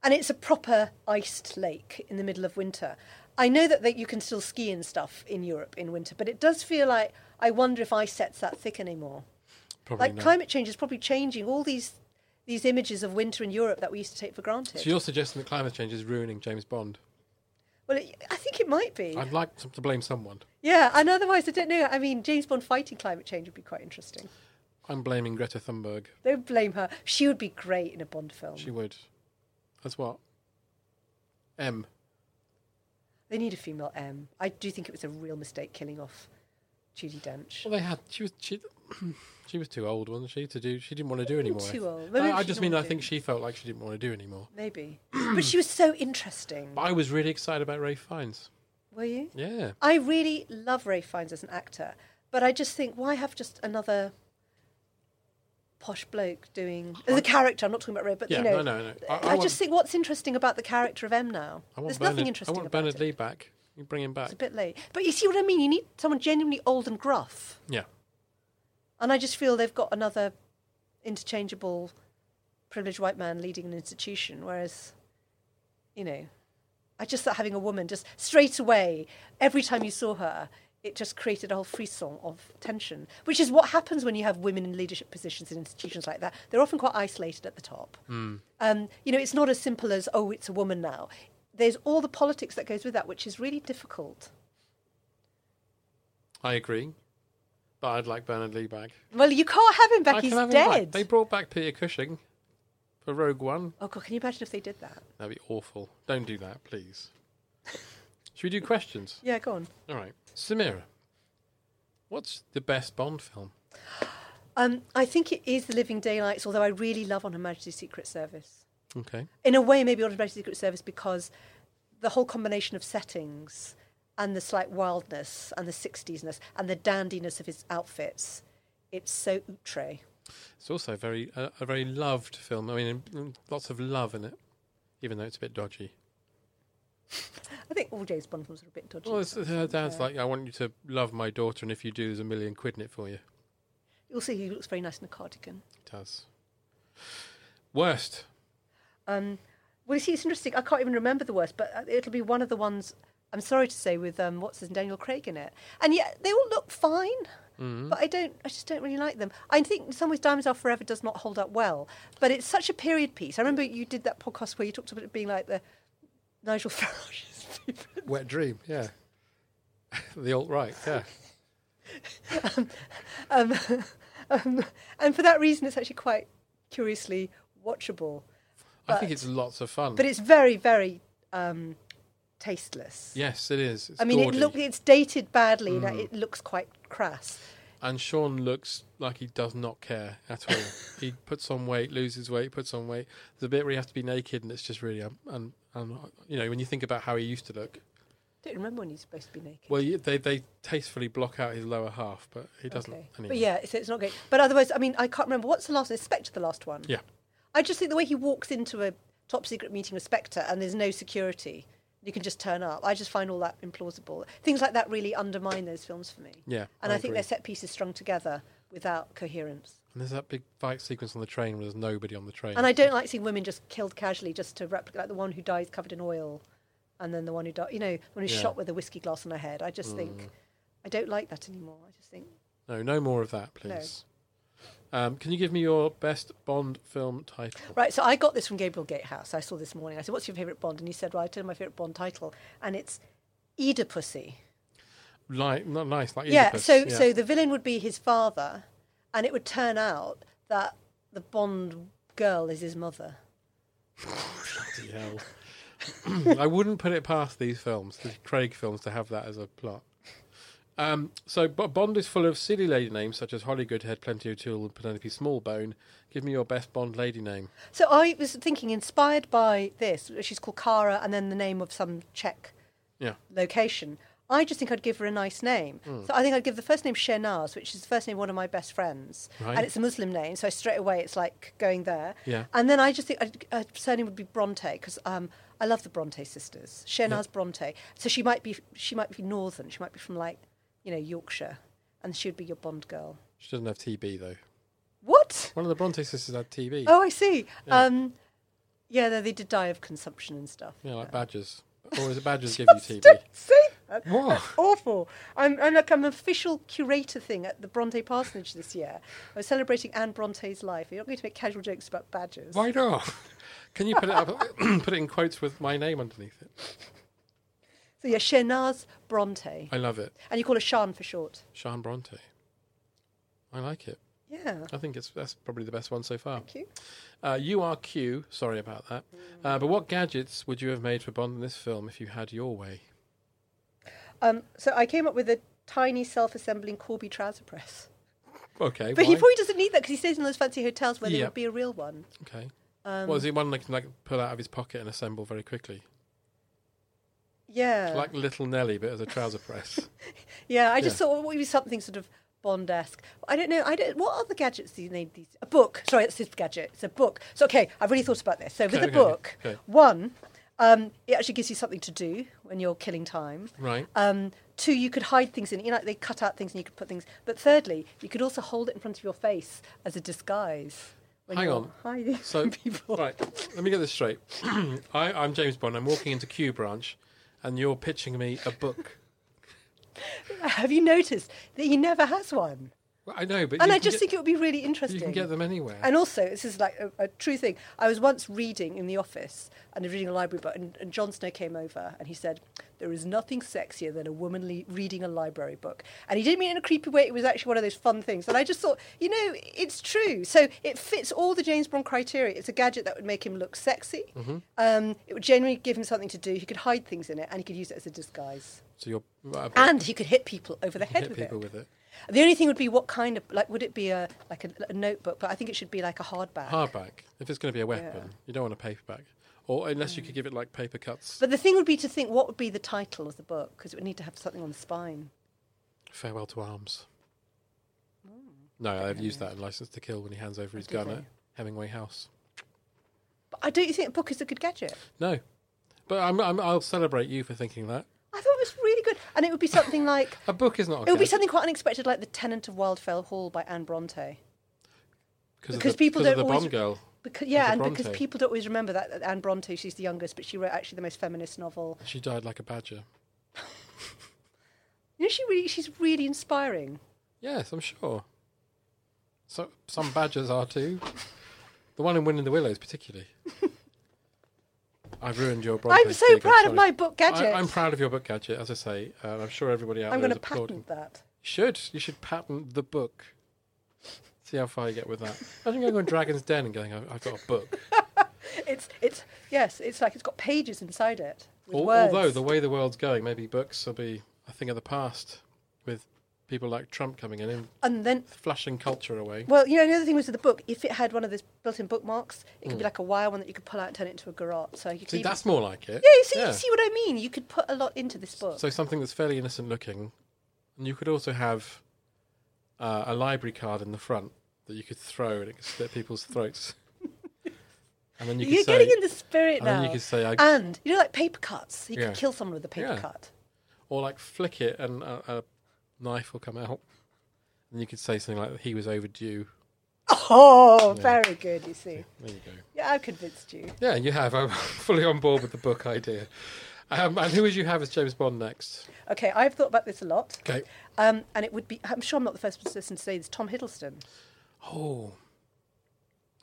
and it's a proper iced lake in the middle of winter. I know that, that you can still ski and stuff in Europe in winter, but it does feel like I wonder if ice sets that thick anymore.
probably
like
not.
climate change is probably changing all these these images of winter in Europe that we used to take for granted.
So you're suggesting that climate change is ruining James Bond?
well, it, I think it might be.
I'd like to, to blame someone.
yeah, and otherwise I don't know. I mean, James Bond fighting climate change would be quite interesting.
I'm blaming Greta Thunberg.
Don't blame her. She would be great in a Bond film.
She would. That's what. M.
They need a female M. I do think it was a real mistake killing off Judy Dench.
Well, they had. She was. She, she was too old, wasn't she? To do. She didn't want to do anymore. I
too
think.
old.
No,
Maybe
I just
she didn't
mean I
wanna do
think
it.
she felt like she didn't want to do anymore.
Maybe. but she was so interesting.
But I was really excited about Ray Fiennes.
Were you?
Yeah.
I really love Ray Fiennes as an actor, but I just think why have just another posh bloke doing the character? I'm not talking about Ray, but
Yeah,
you know,
no, no, no. I-
I,
I want-
just think what's interesting about the character of M now?
I want
There's
Bernard,
nothing interesting
I want
about
Bernard
it.
Lee back. You bring him back.
It's a bit late, but you see what I mean. You need someone genuinely old and gruff.
Yeah.
And I just feel they've got another interchangeable privileged white man leading an institution, whereas, you know, I just thought having a woman just straight away, every time you saw her, it just created a whole frisson of tension, which is what happens when you have women in leadership positions in institutions like that. They're often quite isolated at the top.
Mm.
Um, you know, it's not as simple as, oh, it's a woman now. There's all the politics that goes with that, which is really difficult.
I agree, but I'd like Bernard Lee back.
Well, you can't have him
I
back.
can
He's
have him back.
dead.
They brought back Peter Cushing for Rogue One.
Oh, God, can you imagine if they did that?
That'd be awful. Don't do that, please. Should we do questions?
Yeah, go on.
All right, Samira. What's the best Bond film?
Um, I think it is The Living Daylights, although I really love On Her Majesty's Secret Service.
Okay.
in a way, maybe on Her Majesty's Secret Service because the whole combination of settings and the slight wildness and the 60s-ness and the dandiness of his outfits, it's so outre.
It's also very uh, a very loved film. I mean, mm, lots of love in it, even though it's a bit dodgy.
I think all James Bond films are a bit dodgy.
Well, it's, her dad's like, I want you to love my daughter, and if you do, there's a million quid in it for you.
also, he looks very nice in a cardigan.
It does. Worst.
Um, well, you see, it's interesting. I can't even remember the worst, but uh, it'll be one of the ones. I'm sorry to say, with um, what's his Daniel Craig in it, and yet they all look fine. But I don't. I just don't really like them. I think in some ways, Diamonds Are Forever does not hold up well. But it's such a period piece. I remember you did that podcast where you talked about it being like the Nigel Farage's favourite.
Wet Dream, yeah. the alt right, yeah.
Um, um, and for that reason, it's actually quite curiously watchable.
I think it's lots of fun.
But it's very, very um, tasteless.
yes, it is. It's
I mean,
gaudy.
it look, it's dated badly. and It looks quite crass.
And Sean looks like he does not care at all. he puts on weight, loses weight, puts on weight. There's a bit where he has to be naked, and it's just really, um, um, um, you know, when you think about how he used to look.
don't remember when he's supposed to be naked.
Well, you- they they tastefully block out his lower half, but he doesn't.
Okay.
Anyway.
But yeah, so it's not great. But otherwise, I mean, I can't remember. What's the last one? Is Spectre the last one?
yeah,
I just think the way he walks into a top secret meeting with Spectre and there's no security, you can just turn up. I just find all that implausible. Things like that really undermine those films for me.
Yeah,
And
I
I, think
agree.
they're set pieces strung together without coherence.
And there's that big fight sequence on the train where there's nobody on the train.
And I don't like seeing women just killed casually just to replicate, like the one who dies covered in oil and then the one who died, you know, the one who's
Yeah. Mm.
shot with a whiskey glass on her head. I just think, I don't like that anymore. I just think,
No, no more of that,
No.
please. Um, can you give me your best Bond film title?
Right, so I got this from Gabriel Gatehouse. I saw this morning. I said, "What's your favourite Bond?" And he said, "Well, I told him my favourite Bond title, and it's Oedipusy."
Like, not nice, like
Yeah.
Oedipus,
So, so the villain would be his father, and it would turn out that the Bond girl is his mother.
Bloody hell. I wouldn't put it past these films, the Craig films, to have that as a plot. Um, so Bo- Bond is full of silly lady names such as Holly Goodhead, Plenty O'Toole, and Penelope Smallbone. Give me your best Bond lady name.
So I was thinking, inspired by this, she's called Kara, and then the name of some Czech
Yeah.
location. I just think I'd give her a nice name.
Hmm.
So I think I'd give the first name Shenaz, which is the first name of one of my best friends.
Right.
And it's a Muslim name, so straight away it's like going there.
Yeah.
And then I just think I'd, her surname would be Bronte, because um, I love the Bronte sisters. Shenaz Bronte. So she might, be, she might be northern. She might be from, like, you know, Yorkshire. And she would be your Bond girl.
She doesn't have TB though.
What?
One of the Bronte sisters had TB.
Oh, I see. Yeah, um, yeah no, they did die of consumption and stuff.
Yeah, like badgers. Or is it badgers give
Just
you TB?
Don't say that.
What?
That's awful. I'm, I'm like I'm an official curator thing at the Bronte Parsonage this year. I was celebrating Anne Bronte's life. You're not going to make casual jokes about badgers.
Why not? Can you put it up, put it in quotes with my name underneath it?
So yeah, Shenaz Bronte,
I love it,
and you call her Shan for short.
Sean Bronte. I like it.
Yeah.
I think it's that's probably the best one so far.
Thank you.
Uh, you are Q. Sorry about that. Uh, but what gadgets would you have made for Bond in this film if you had your way?
Um, so I came up with a tiny self-assembling Corby trouser press,
Okay,
but he
why?
probably doesn't need that because he stays in those fancy hotels where
Yeah.
there would be a real one.
okay. well, is it one that can like pull out of his pocket and assemble very quickly,
Yeah.
like Little Nelly, but as a trouser press?
Yeah, I just
Yeah.
thought it would be something sort of Bond-esque. I don't know. I don't. What other gadgets do you need? These a book. Sorry, that's his gadget. It's a book. So okay, I've really thought about this. So with
Okay,
the
okay,
book,
okay.
one, um, it actually gives you something to do when you're killing time.
Right.
Um, two, you could hide things in. You know, they cut out things and you could put things. But thirdly, you could also hold it in front of your face as a disguise. when
Hang
you're
on.
hiding
So,
from people.
right, let me get this straight. I, I'm James Bond. I'm walking into Q Branch, and you're pitching me a book.
Have you noticed that he never has one?
Well, I know, but
And
you
I
can
just
get-
think it would be really interesting.
you can get them anywhere.
And also, this is like a, a true thing. I was once reading in the office and I was reading a library book, and, and Jon Snow came over and he said, There is nothing sexier than a woman le- reading a library book. And he didn't mean it in a creepy way, it was actually one of those fun things. And I just thought, you know, it's true. So it fits all the James Bond criteria. It's a gadget that would make him look sexy, um, it would genuinely give him something to do. He could hide things in it and he could use it as a disguise.
so you're right, a book,
And he could hit people over the head
hit
with
people
it.
with it.
The only thing would be what kind of like would it be a like a, a notebook? But I think it should be like a hardback.
Hardback. If it's going to be a weapon, you don't want a paperback, or unless
Mm.
you could give it like paper cuts.
But the thing would be to think what would be the title of the book because it would need to have something on the spine.
Farewell to arms.
Mm.
No, I've used that in License to Kill when he hands over his
did
gun
they?
at Hemingway House.
But I don't you think a book is a good gadget?
No, but I'm, I'm, I'll celebrate you for thinking that
I thought it was really good, and it would be something like
a book is not.
it would be something quite unexpected, like *The Tenant of Wildfell Hall* by Anne Bronte.
because people don't of the Bond
always-
girl.
Because, yeah,
As a
and because
Bronte.
people don't always remember that that Anne Bronte, she's the youngest, but she wrote actually the most feminist novel.
She died like a badger.
You know, she really, she's really inspiring.
Yes, I'm sure. So some badgers are too. The one in Wind in the Willows, particularly. I've ruined your Bronte.
I'm so
gig,
proud
sorry.
of my book gadget.
I, am proud of your book gadget, as I say, and I'm sure everybody out
I'm
there
going
is
to
applauding.
patent that.
Should you should patent the book? See how far you get with that. I think I'm going to Dragon's Den and going, I've, I've got a book.
It's it's yes, it's like it's got pages inside it. With
Al-
words.
Although the way the world's going, maybe books will be a thing of the past, with people like Trump coming in and
and then
flashing culture away.
well, you know, another thing was with the book. If it had one of those built-in bookmarks, it could be like a wire one that you could pull out and turn it into a garage. So you could
Hmm. See,
even-
that's more like it.
yeah, you see, you see what I mean. You could put a lot into this book.
So something that's fairly innocent looking, and you could also have uh, a library card in the front that you could throw and it could slit people's throats. and then you could
are
say,
getting in the spirit
and
now.
then you could say, I-
and you know, like paper cuts. You
Yeah.
could kill someone with a paper
Yeah.
cut.
or like flick it and a, a knife will come out, and you could say something like, "He was overdue."
Oh, very good. You see,
There you go.
yeah, I've convinced you.
Yeah, you have. I'm fully on board with the book idea. Um, and who would you have as James Bond next?
Okay, I've thought about this a lot.
Okay.
Um, and it would be, I'm sure I'm not the first person to say this, Tom Hiddleston.
Oh,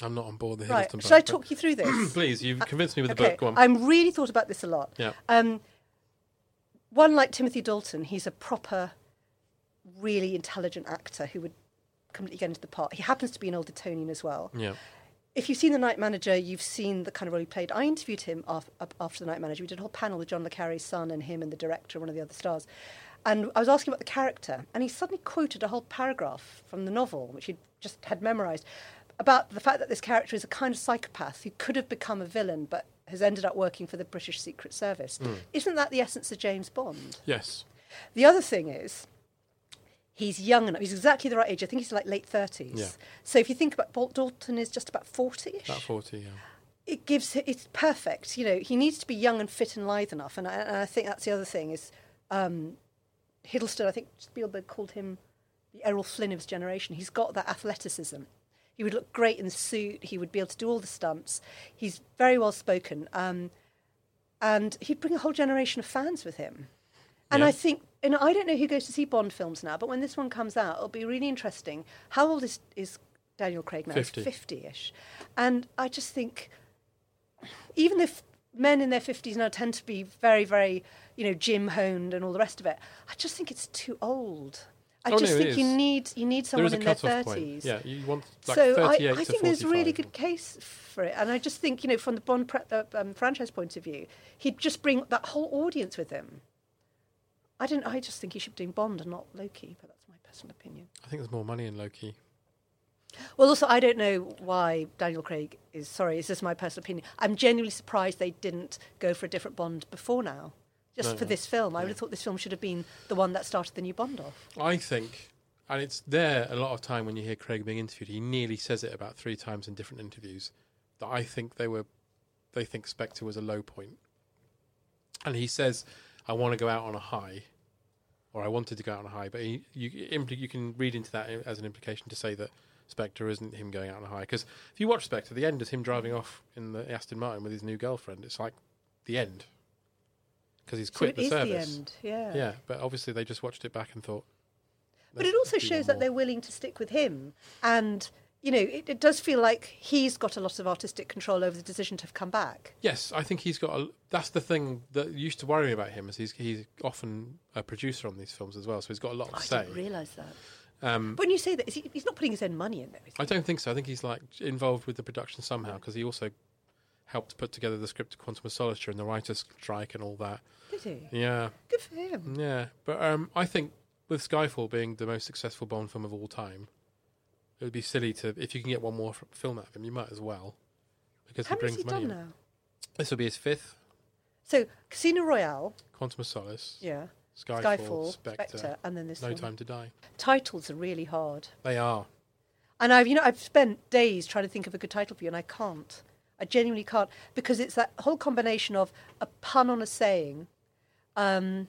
I'm not on board the
Right,
Hiddleston
should I
boat, but-
talk you through this?
Please, you've convinced me with the
Uh, okay,
book. Go on.
I'm really thought about this a lot.
Yeah.
Um, one like Timothy Dalton, he's a proper, really intelligent actor who would completely get into the part. He happens to be an old Etonian as well.
yeah.
If you've seen The Night Manager, you've seen the kind of role he played. I interviewed him af- up after The Night Manager. We did a whole panel with John le Carré's son and him and the director and one of the other stars. And I was asking about the character, and he suddenly quoted a whole paragraph from the novel, which he just had memorized, about the fact that this character is a kind of psychopath who could have become a villain but has ended up working for the British Secret Service.
Hmm.
Isn't that the essence of James Bond?
Yes.
The other thing is, he's young enough. He's exactly the right age. I think he's like late 30s.
Yeah.
So if you think about Bolt Dalton is just about 40ish.
About forty. Yeah.
It gives it's perfect. You know, he needs to be young and fit and lithe enough. And I, and I think that's the other thing is um, Hiddleston. I think Spielberg called him the Errol Flynn of his generation. He's got that athleticism. He would look great in the suit. He would be able to do all the stunts. He's very well spoken. Um, and he'd bring a whole generation of fans with him. And
Yeah.
I think, and I don't know who goes to see Bond films now, but when this one comes out, it'll be really interesting. How old is, is Daniel Craig now?
50.
50 ish. And I just think, even if men in their 50s now tend to be very, very, you know, gym honed and all the rest of it, I just think it's too old. I
Oh,
just
no, it
think you
is.
need you need
There
someone
is a
in their
cut-off
30s
point. Yeah, you want like
so I,
thirty-eight
I
to
think there's a really
45.
good case for it, and I just think you know from the Bond pre- uh, um, franchise point of view, he'd just bring that whole audience with him. I don't. I just think he should be doing Bond and not Loki, but that's my personal opinion.
I think there's more money in Loki.
Well, also I don't know why Daniel Craig is sorry. It's just my personal opinion. I'm genuinely surprised they didn't go for a different Bond before now, just
No,
for
no.
this film. I would have thought this film should have been the one that started the new Bond off.
I think, and it's there a lot of time when you hear Craig being interviewed. He nearly says it about three times in different interviews that I think they were, they think Spectre was a low point, and he says, "I want to go out on a high," or "I wanted to go out on a high," but he, you impl- you can read into that as an implication to say that Spectre isn't him going out on a high. Because if you watch Spectre, the end is him driving off in the Aston Martin with his new girlfriend. It's like the end because he's
So
quit
it
the
is
service.
the end. Yeah.
Yeah, but obviously they just watched it back and thought.
But
"Let's
it also
do one
shows that
more."
they're willing to stick with him. And, you know, it, it does feel like he's got a lot of artistic control over the decision to have come back.
Yes, I think he's got. A, that's the thing that used to worry me about him is he's he's often a producer on these films as well, so he's got a lot to
I
say.
didn't realise that.
Um,
But when you say that, is he, he's not putting his own money in there. Is he?
I don't think so. I think he's like involved with the production somehow because he also helped put together the script to Quantum of Solace and the writers' strike and all that.
Did he?
Yeah,
Good for him.
yeah. But um, I think with Skyfall being the most successful Bond film of all time, it would be silly to if you can get one more f- film out of him, you might as well because
How
he
many has
brings
he
money.
done
in.
now?
This will be his fifth.
So Casino Royale,
Quantum of Solace,
yeah,
Skyfall,
Skyfall,
Spectre,
Spectre, and then this
No
one.
Time to Die.
Titles are really hard,
They are.
and I've you know I've spent days trying to think of a good title for you, and I can't. I genuinely can't because it's that whole combination of a pun on a saying, um,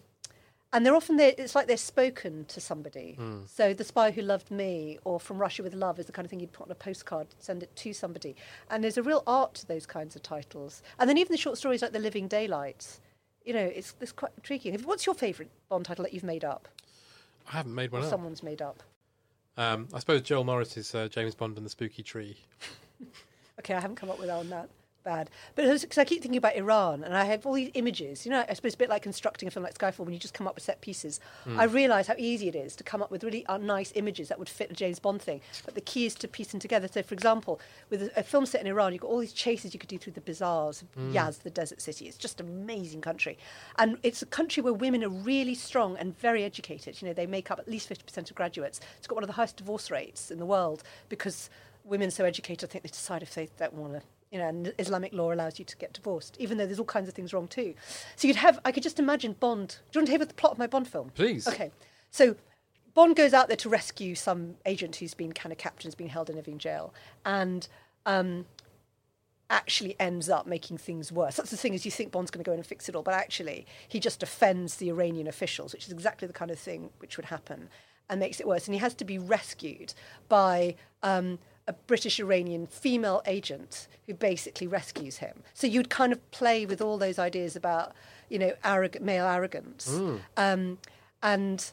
and they're often there. It's like they're spoken to somebody.
Hmm.
So the spy who loved me, or from Russia with love, is the kind of thing you'd put on a postcard, send it to somebody. And there's a real art to those kinds of titles. And then even the short stories like The Living Daylights, you know, it's, it's quite intriguing. What's your favourite Bond title that you've made up,
I haven't made
or
one up.
someone's made up?
Um, I suppose Joel Morris is uh, James Bond and the Spooky Tree.
Okay, I haven't come up with that one that bad. But because I keep thinking about Iran and I have all these images, you know, I suppose it's a bit like constructing a film like Skyfall when you just come up with set pieces. I realise how easy it is to come up with really uh, nice images that would fit a James Bond thing. But the key is to piece them together. So, for example, with a, a film set in Iran, you've got all these chases you could do through the bazaars of Yaz, the desert city. It's just an amazing country. And it's a country where women are really strong and very educated. You know, they make up at least 50% of graduates. It's got one of the highest divorce rates in the world because women are so educated, I think they decide if they don't want to, you know, and Islamic law allows you to get divorced, even though there's all kinds of things wrong too. So you'd have, I could just imagine Bond. Do you want to hear about the plot of my Bond film?
Please.
Okay. So Bond goes out there to rescue some agent who's been kind of captured, has been held in living jail, and um, actually ends up making things worse. That's the thing is you think Bond's going to go in and fix it all, but actually he just offends the Iranian officials, which is exactly the kind of thing which would happen, and makes it worse. And he has to be rescued by um, a British Iranian female agent who basically rescues him. So you'd kind of play with all those ideas about you know arrog- male arrogance, um, and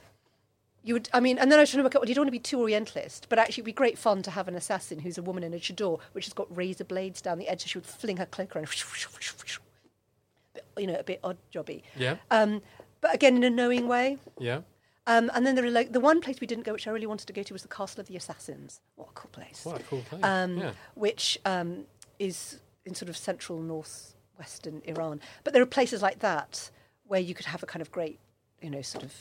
you would, I mean, and then I was trying to work out, well, you don't want to be too orientalist, but actually it'd be great fun to have an assassin who's a woman in a chador, which has got razor blades down the edge, so she would fling her cloak around, Bit- you know, a bit odd jobby.
Yeah,
Um, but again, in a knowing way.
yeah.
Um, and then there are like, the one place we didn't go, which I really wanted to go to, was the Castle of the Assassins. What a cool place.
What a cool place.
Um,
yeah.
Which um, is in sort of central northwestern Iran. But there are places like that where you could have a kind of great, you know, sort of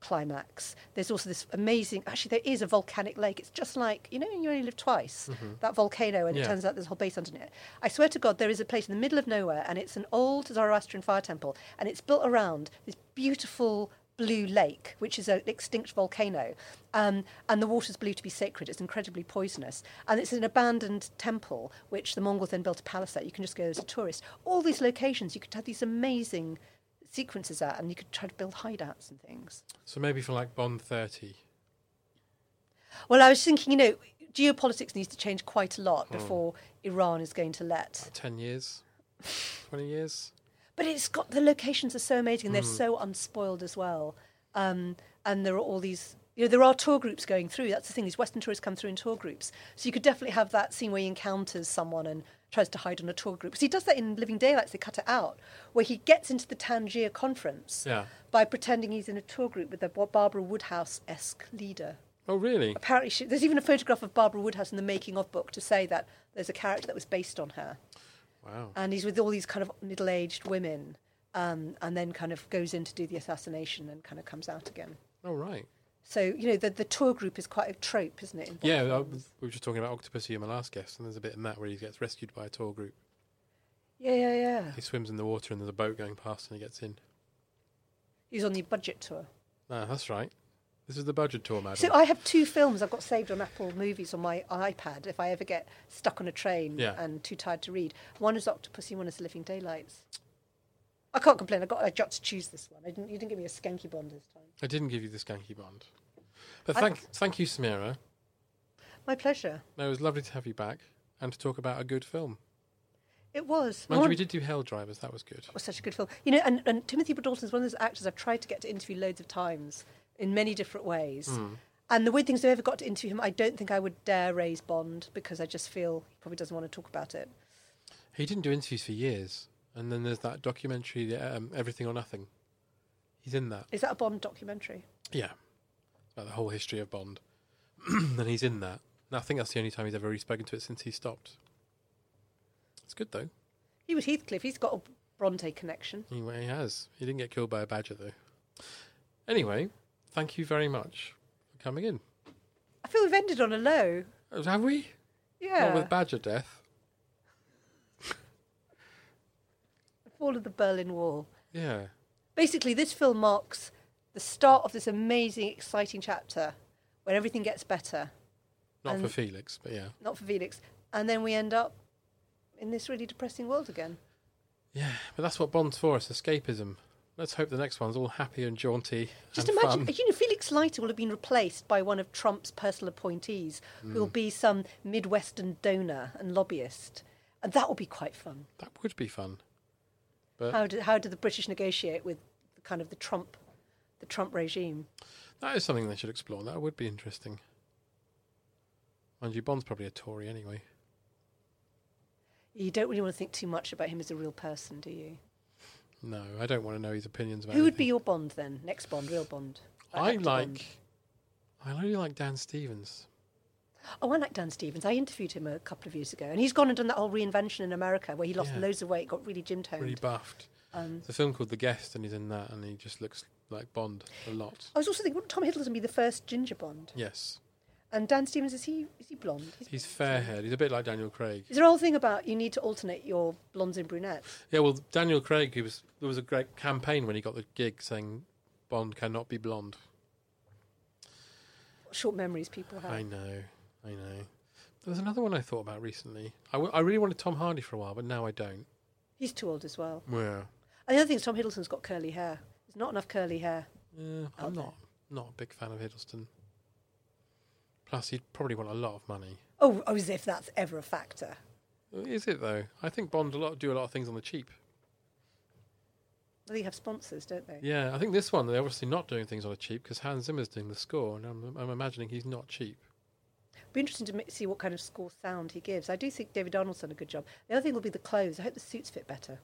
climax. There's also this amazing, actually, there is a volcanic lake. It's just like, you know, you only live twice, that volcano, and
Yeah.
it turns out there's a whole base underneath it. I swear to God, there is a place in the middle of nowhere, and it's an old Zoroastrian fire temple, and it's built around this beautiful blue lake, which is an extinct volcano. Um, and the water's believed to be sacred. It's incredibly poisonous. And it's an abandoned temple, which the Mongols then built a palace at. You can just go as a tourist. All these locations, you could have these amazing sequences at, and you could try to build hideouts and things.
So maybe for like Bond thirty.
Well, I was thinking, you know, geopolitics needs to change quite a lot before Iran is going to let.
10 years, 20 years.
But it's got the locations are so amazing and they're so unspoiled as well. Um, and there are all these, you know, there are tour groups going through. That's the thing; these Western tourists come through in tour groups. So you could definitely have that scene where he encounters someone and tries to hide on a tour group. Because he does that in Living Daylights. They cut it out where he gets into the Tangier conference
Yeah.
by pretending he's in a tour group with a Barbara Woodhouse esque leader.
Oh, really?
apparently she, there's even a photograph of Barbara Woodhouse in the making of book to say that there's a character that was based on her,
Wow.
and he's with all these kind of middle-aged women, um, and then kind of goes in to do the assassination and kind of comes out again.
Oh, right.
So you know the the tour group is quite a trope, isn't it? in Bond
Yeah, I, we
films?
were just talking about Octopussy in my last guest, and there's a bit in that where he gets rescued by a tour group.
yeah, yeah, yeah.
He swims in the water, and there's a boat going past, and he gets in.
He's on the budget tour.
Ah, that's right. This is the budget tour, madam.
So oh- I have two films I've got saved on Apple Movies on my iPad if I ever get stuck on a train
Yeah.
and too tired to read. One is Octopussy, and one is Living Daylights. I can't complain. I got I got to choose this one. I didn't, you didn't give me a skanky bond this time.
I didn't give you the skanky bond. But
I-
thank, thank you, Samira.
My pleasure.
No, it was lovely to have you back and to talk about a good film.
It was.
Mind
One-
you, we did do Hell Drivers. That was good.
That was such a good film. You know, and, and Timothy Dalton's one of those actors I've tried to get to interview loads of times in many different ways.
Hmm.
And the weird thing is, if I ever got to interview him, I don't think I would dare raise Bond because I just feel he probably doesn't want to talk about it.
He didn't do interviews for years, and then there's that documentary, the, um, Everything or Nothing. He's in that.
Is that a Bond documentary?
Yeah, about the whole history of Bond, and he's in that. And I think that's the only time he's ever really spoken to it since he stopped. It's good though.
He was Heathcliff. He's got a Bronte connection.
He, he has. He didn't get killed by a badger though. Anyway, thank you very much for coming in.
I feel we've ended on a low.
Uh, Have we?
Yeah.
Not with badger death.
The fall of the Berlin Wall.
Yeah.
Basically, this film marks the start of this amazing, exciting chapter where everything gets better.
Not for
And-
Felix, but yeah.
Not for Felix. And then we end up in this really depressing world again.
Yeah, but that's what Bond's for, it's escapism. Let's hope the next one's all happy and jaunty.
Just
and
imagine,
fun.
you know, Felix Leiter will have been replaced by one of Trump's personal appointees, who will be some Midwestern donor and lobbyist. And that will be quite fun.
That would be fun. But
How do, how do the British negotiate with the kind of the Trump, the Trump regime?
that is something they should explore. That would be interesting. Mind you, Bond's probably a Tory anyway.
You don't really want to think too much about him as a real person, do you?
No, I don't want to know his opinions about
Who would be
anything.
your Bond then? Next Bond, real Bond.
I
actor
like.
Bond.
I really like Dan Stevens.
Oh, I like Dan Stevens. I interviewed him a couple of years ago, and he's gone and done that whole reinvention in America where he lost
Yeah.
loads of weight, got really gym toned.
Really buffed.
um,
It's a film called The Guest, and he's in that, and he just looks like Bond a lot.
I was also thinking, would Tom Hiddleston be the first ginger Bond?
Yes,
And Dan Stevens is he is he blonde?
he's fair haired. He's a bit like Daniel Craig.
Is there a whole thing about you need to alternate your blondes and brunettes?
Yeah, well, Daniel Craig, he was there was a great campaign when he got the gig saying Bond cannot be blonde.
What short memories people have.
I know, I know. There was another one I thought about recently. I, w- I really wanted Tom Hardy for a while, but now I don't.
He's too old as well.
Yeah,
And the other thing is Tom Hiddleston's got curly hair. There's not enough curly hair.
yeah
Out there.
Eh, I'm not not a big fan of Hiddleston. Plus, he'd probably want a lot of money.
Oh, oh, as if that's ever a factor.
Is it though? I think Bond a lot do a lot of things on the cheap.
They have sponsors, don't they?
Yeah, I think this one they're obviously not doing things on the cheap because Hans Zimmer's doing the score, and I'm, I'm imagining he's not cheap.
Be interesting to mi- see what kind of score sound he gives. I do think David Donald's done a good job. The other thing will be the clothes. I hope the suits fit better.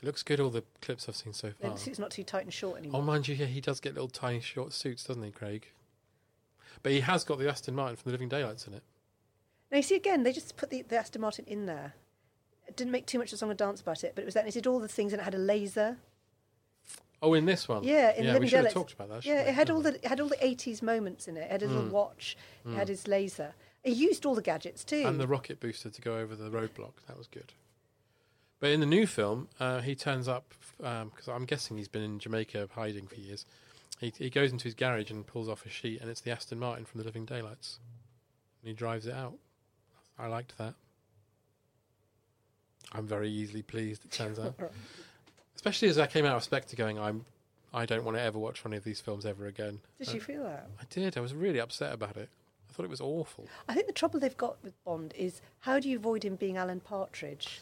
It looks good. All the clips I've seen so far.
Then The suit's not too tight and short
Oh,
anymore.
mind you, yeah, he does get little tiny short suits, doesn't he, Craig? But he has got the Aston Martin from the Living Daylights in it.
Now you see again, they just put the, the Aston Martin in there. It didn't make too much of a song and dance about it, but it was that and it did all the things and it had a laser.
Oh, in this one.
Yeah, in
yeah,
Living
we should have
Daylights.
talked about that.
Yeah,
shouldn't
it had
we? Mm.
all the it had all the eighties moments in it. It had a little watch. It had his laser. It used all the gadgets too.
and the rocket booster to go over the roadblock. That was good. But in the new film, uh, he turns up because I'm guessing he's been in Jamaica hiding for years. He he goes into his garage and pulls off a sheet, and it's the Aston Martin from the Living Daylights, and he drives it out. I liked that. I'm very easily pleased. It turns out, especially as I came out of Spectre, going, I'm, I don't want to ever watch one of these films ever again.
Did you feel that?
I did. I was really upset about it. I thought it was awful.
I think the trouble they've got with Bond is how do you avoid him being Alan Partridge?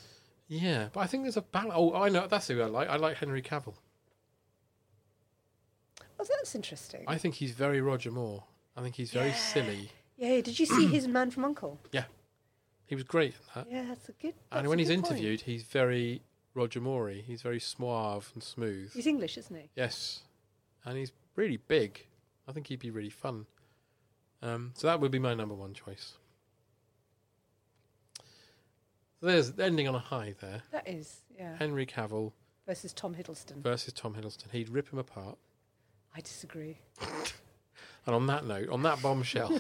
Yeah, but I think there's a balance. Oh, I know that's who I like. I like Henry Cavill.
Oh, that's interesting.
I think he's very Roger Moore. I think he's very
Yeah.
silly.
Yeah, did you see his Man from Uncle?
Yeah, he was great in that.
Yeah, that's a good. that's
Uh, and
a
when he's
good point.
interviewed, he's very Roger Moore. He's very suave and smooth.
he's English, isn't he?
yes, and he's really big. I think he'd be really fun. Um, so that would be my number one choice. So there's ending on a high there.
That is, yeah.
Henry Cavill
Versus Tom Hiddleston.
versus Tom Hiddleston. He'd rip him apart.
I disagree.
And on that note, on that bombshell,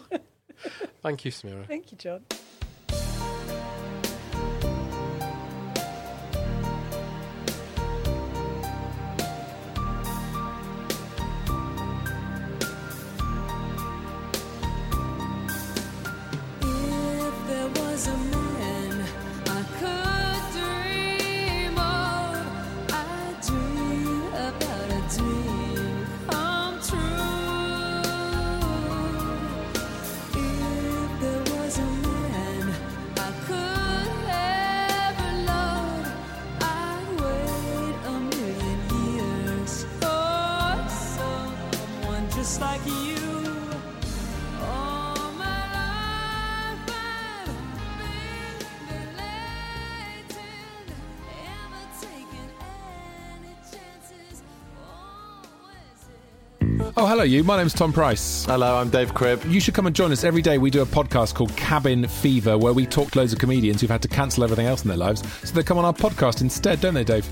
thank you, Samira.
Thank you, John.
If there was a man I could dream of, I'd dream about a dream come true. If there was
Oh, hello, you. My name's Tom Price.
Hello, I'm Dave Cribb.
You should come and join us every day. We do a podcast called Cabin Fever where we talk to loads of comedians who've had to cancel everything else in their lives. So they come on our podcast instead, don't they, Dave?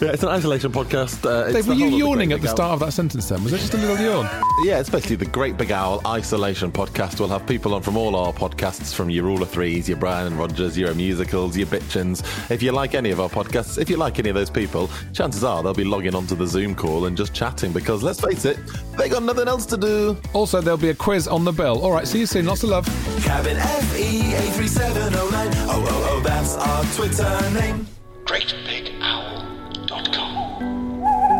Yeah, it's an isolation podcast. Uh, it's
Dave, were
the
you
whole of the
yawning
Great
at
Big
the
Owl.
start of that sentence then? Was it just a little yawn?
Yeah, it's basically the Great Big Owl Isolation podcast. We'll have people on from all our podcasts, from your Rule of Threes, your Brian and Rogers, your Musicals, your Bitchins. If you like any of our podcasts, if you like any of those people, chances are they'll be logging onto the Zoom call and just chatting because, let's face it, they got nothing else to do.
Also, there'll be a quiz on the bell. All right, see you soon. Lots of love.
Cabin E FE83709. Oh, oh, oh, that's our Twitter name.
GreatBigOwl.com.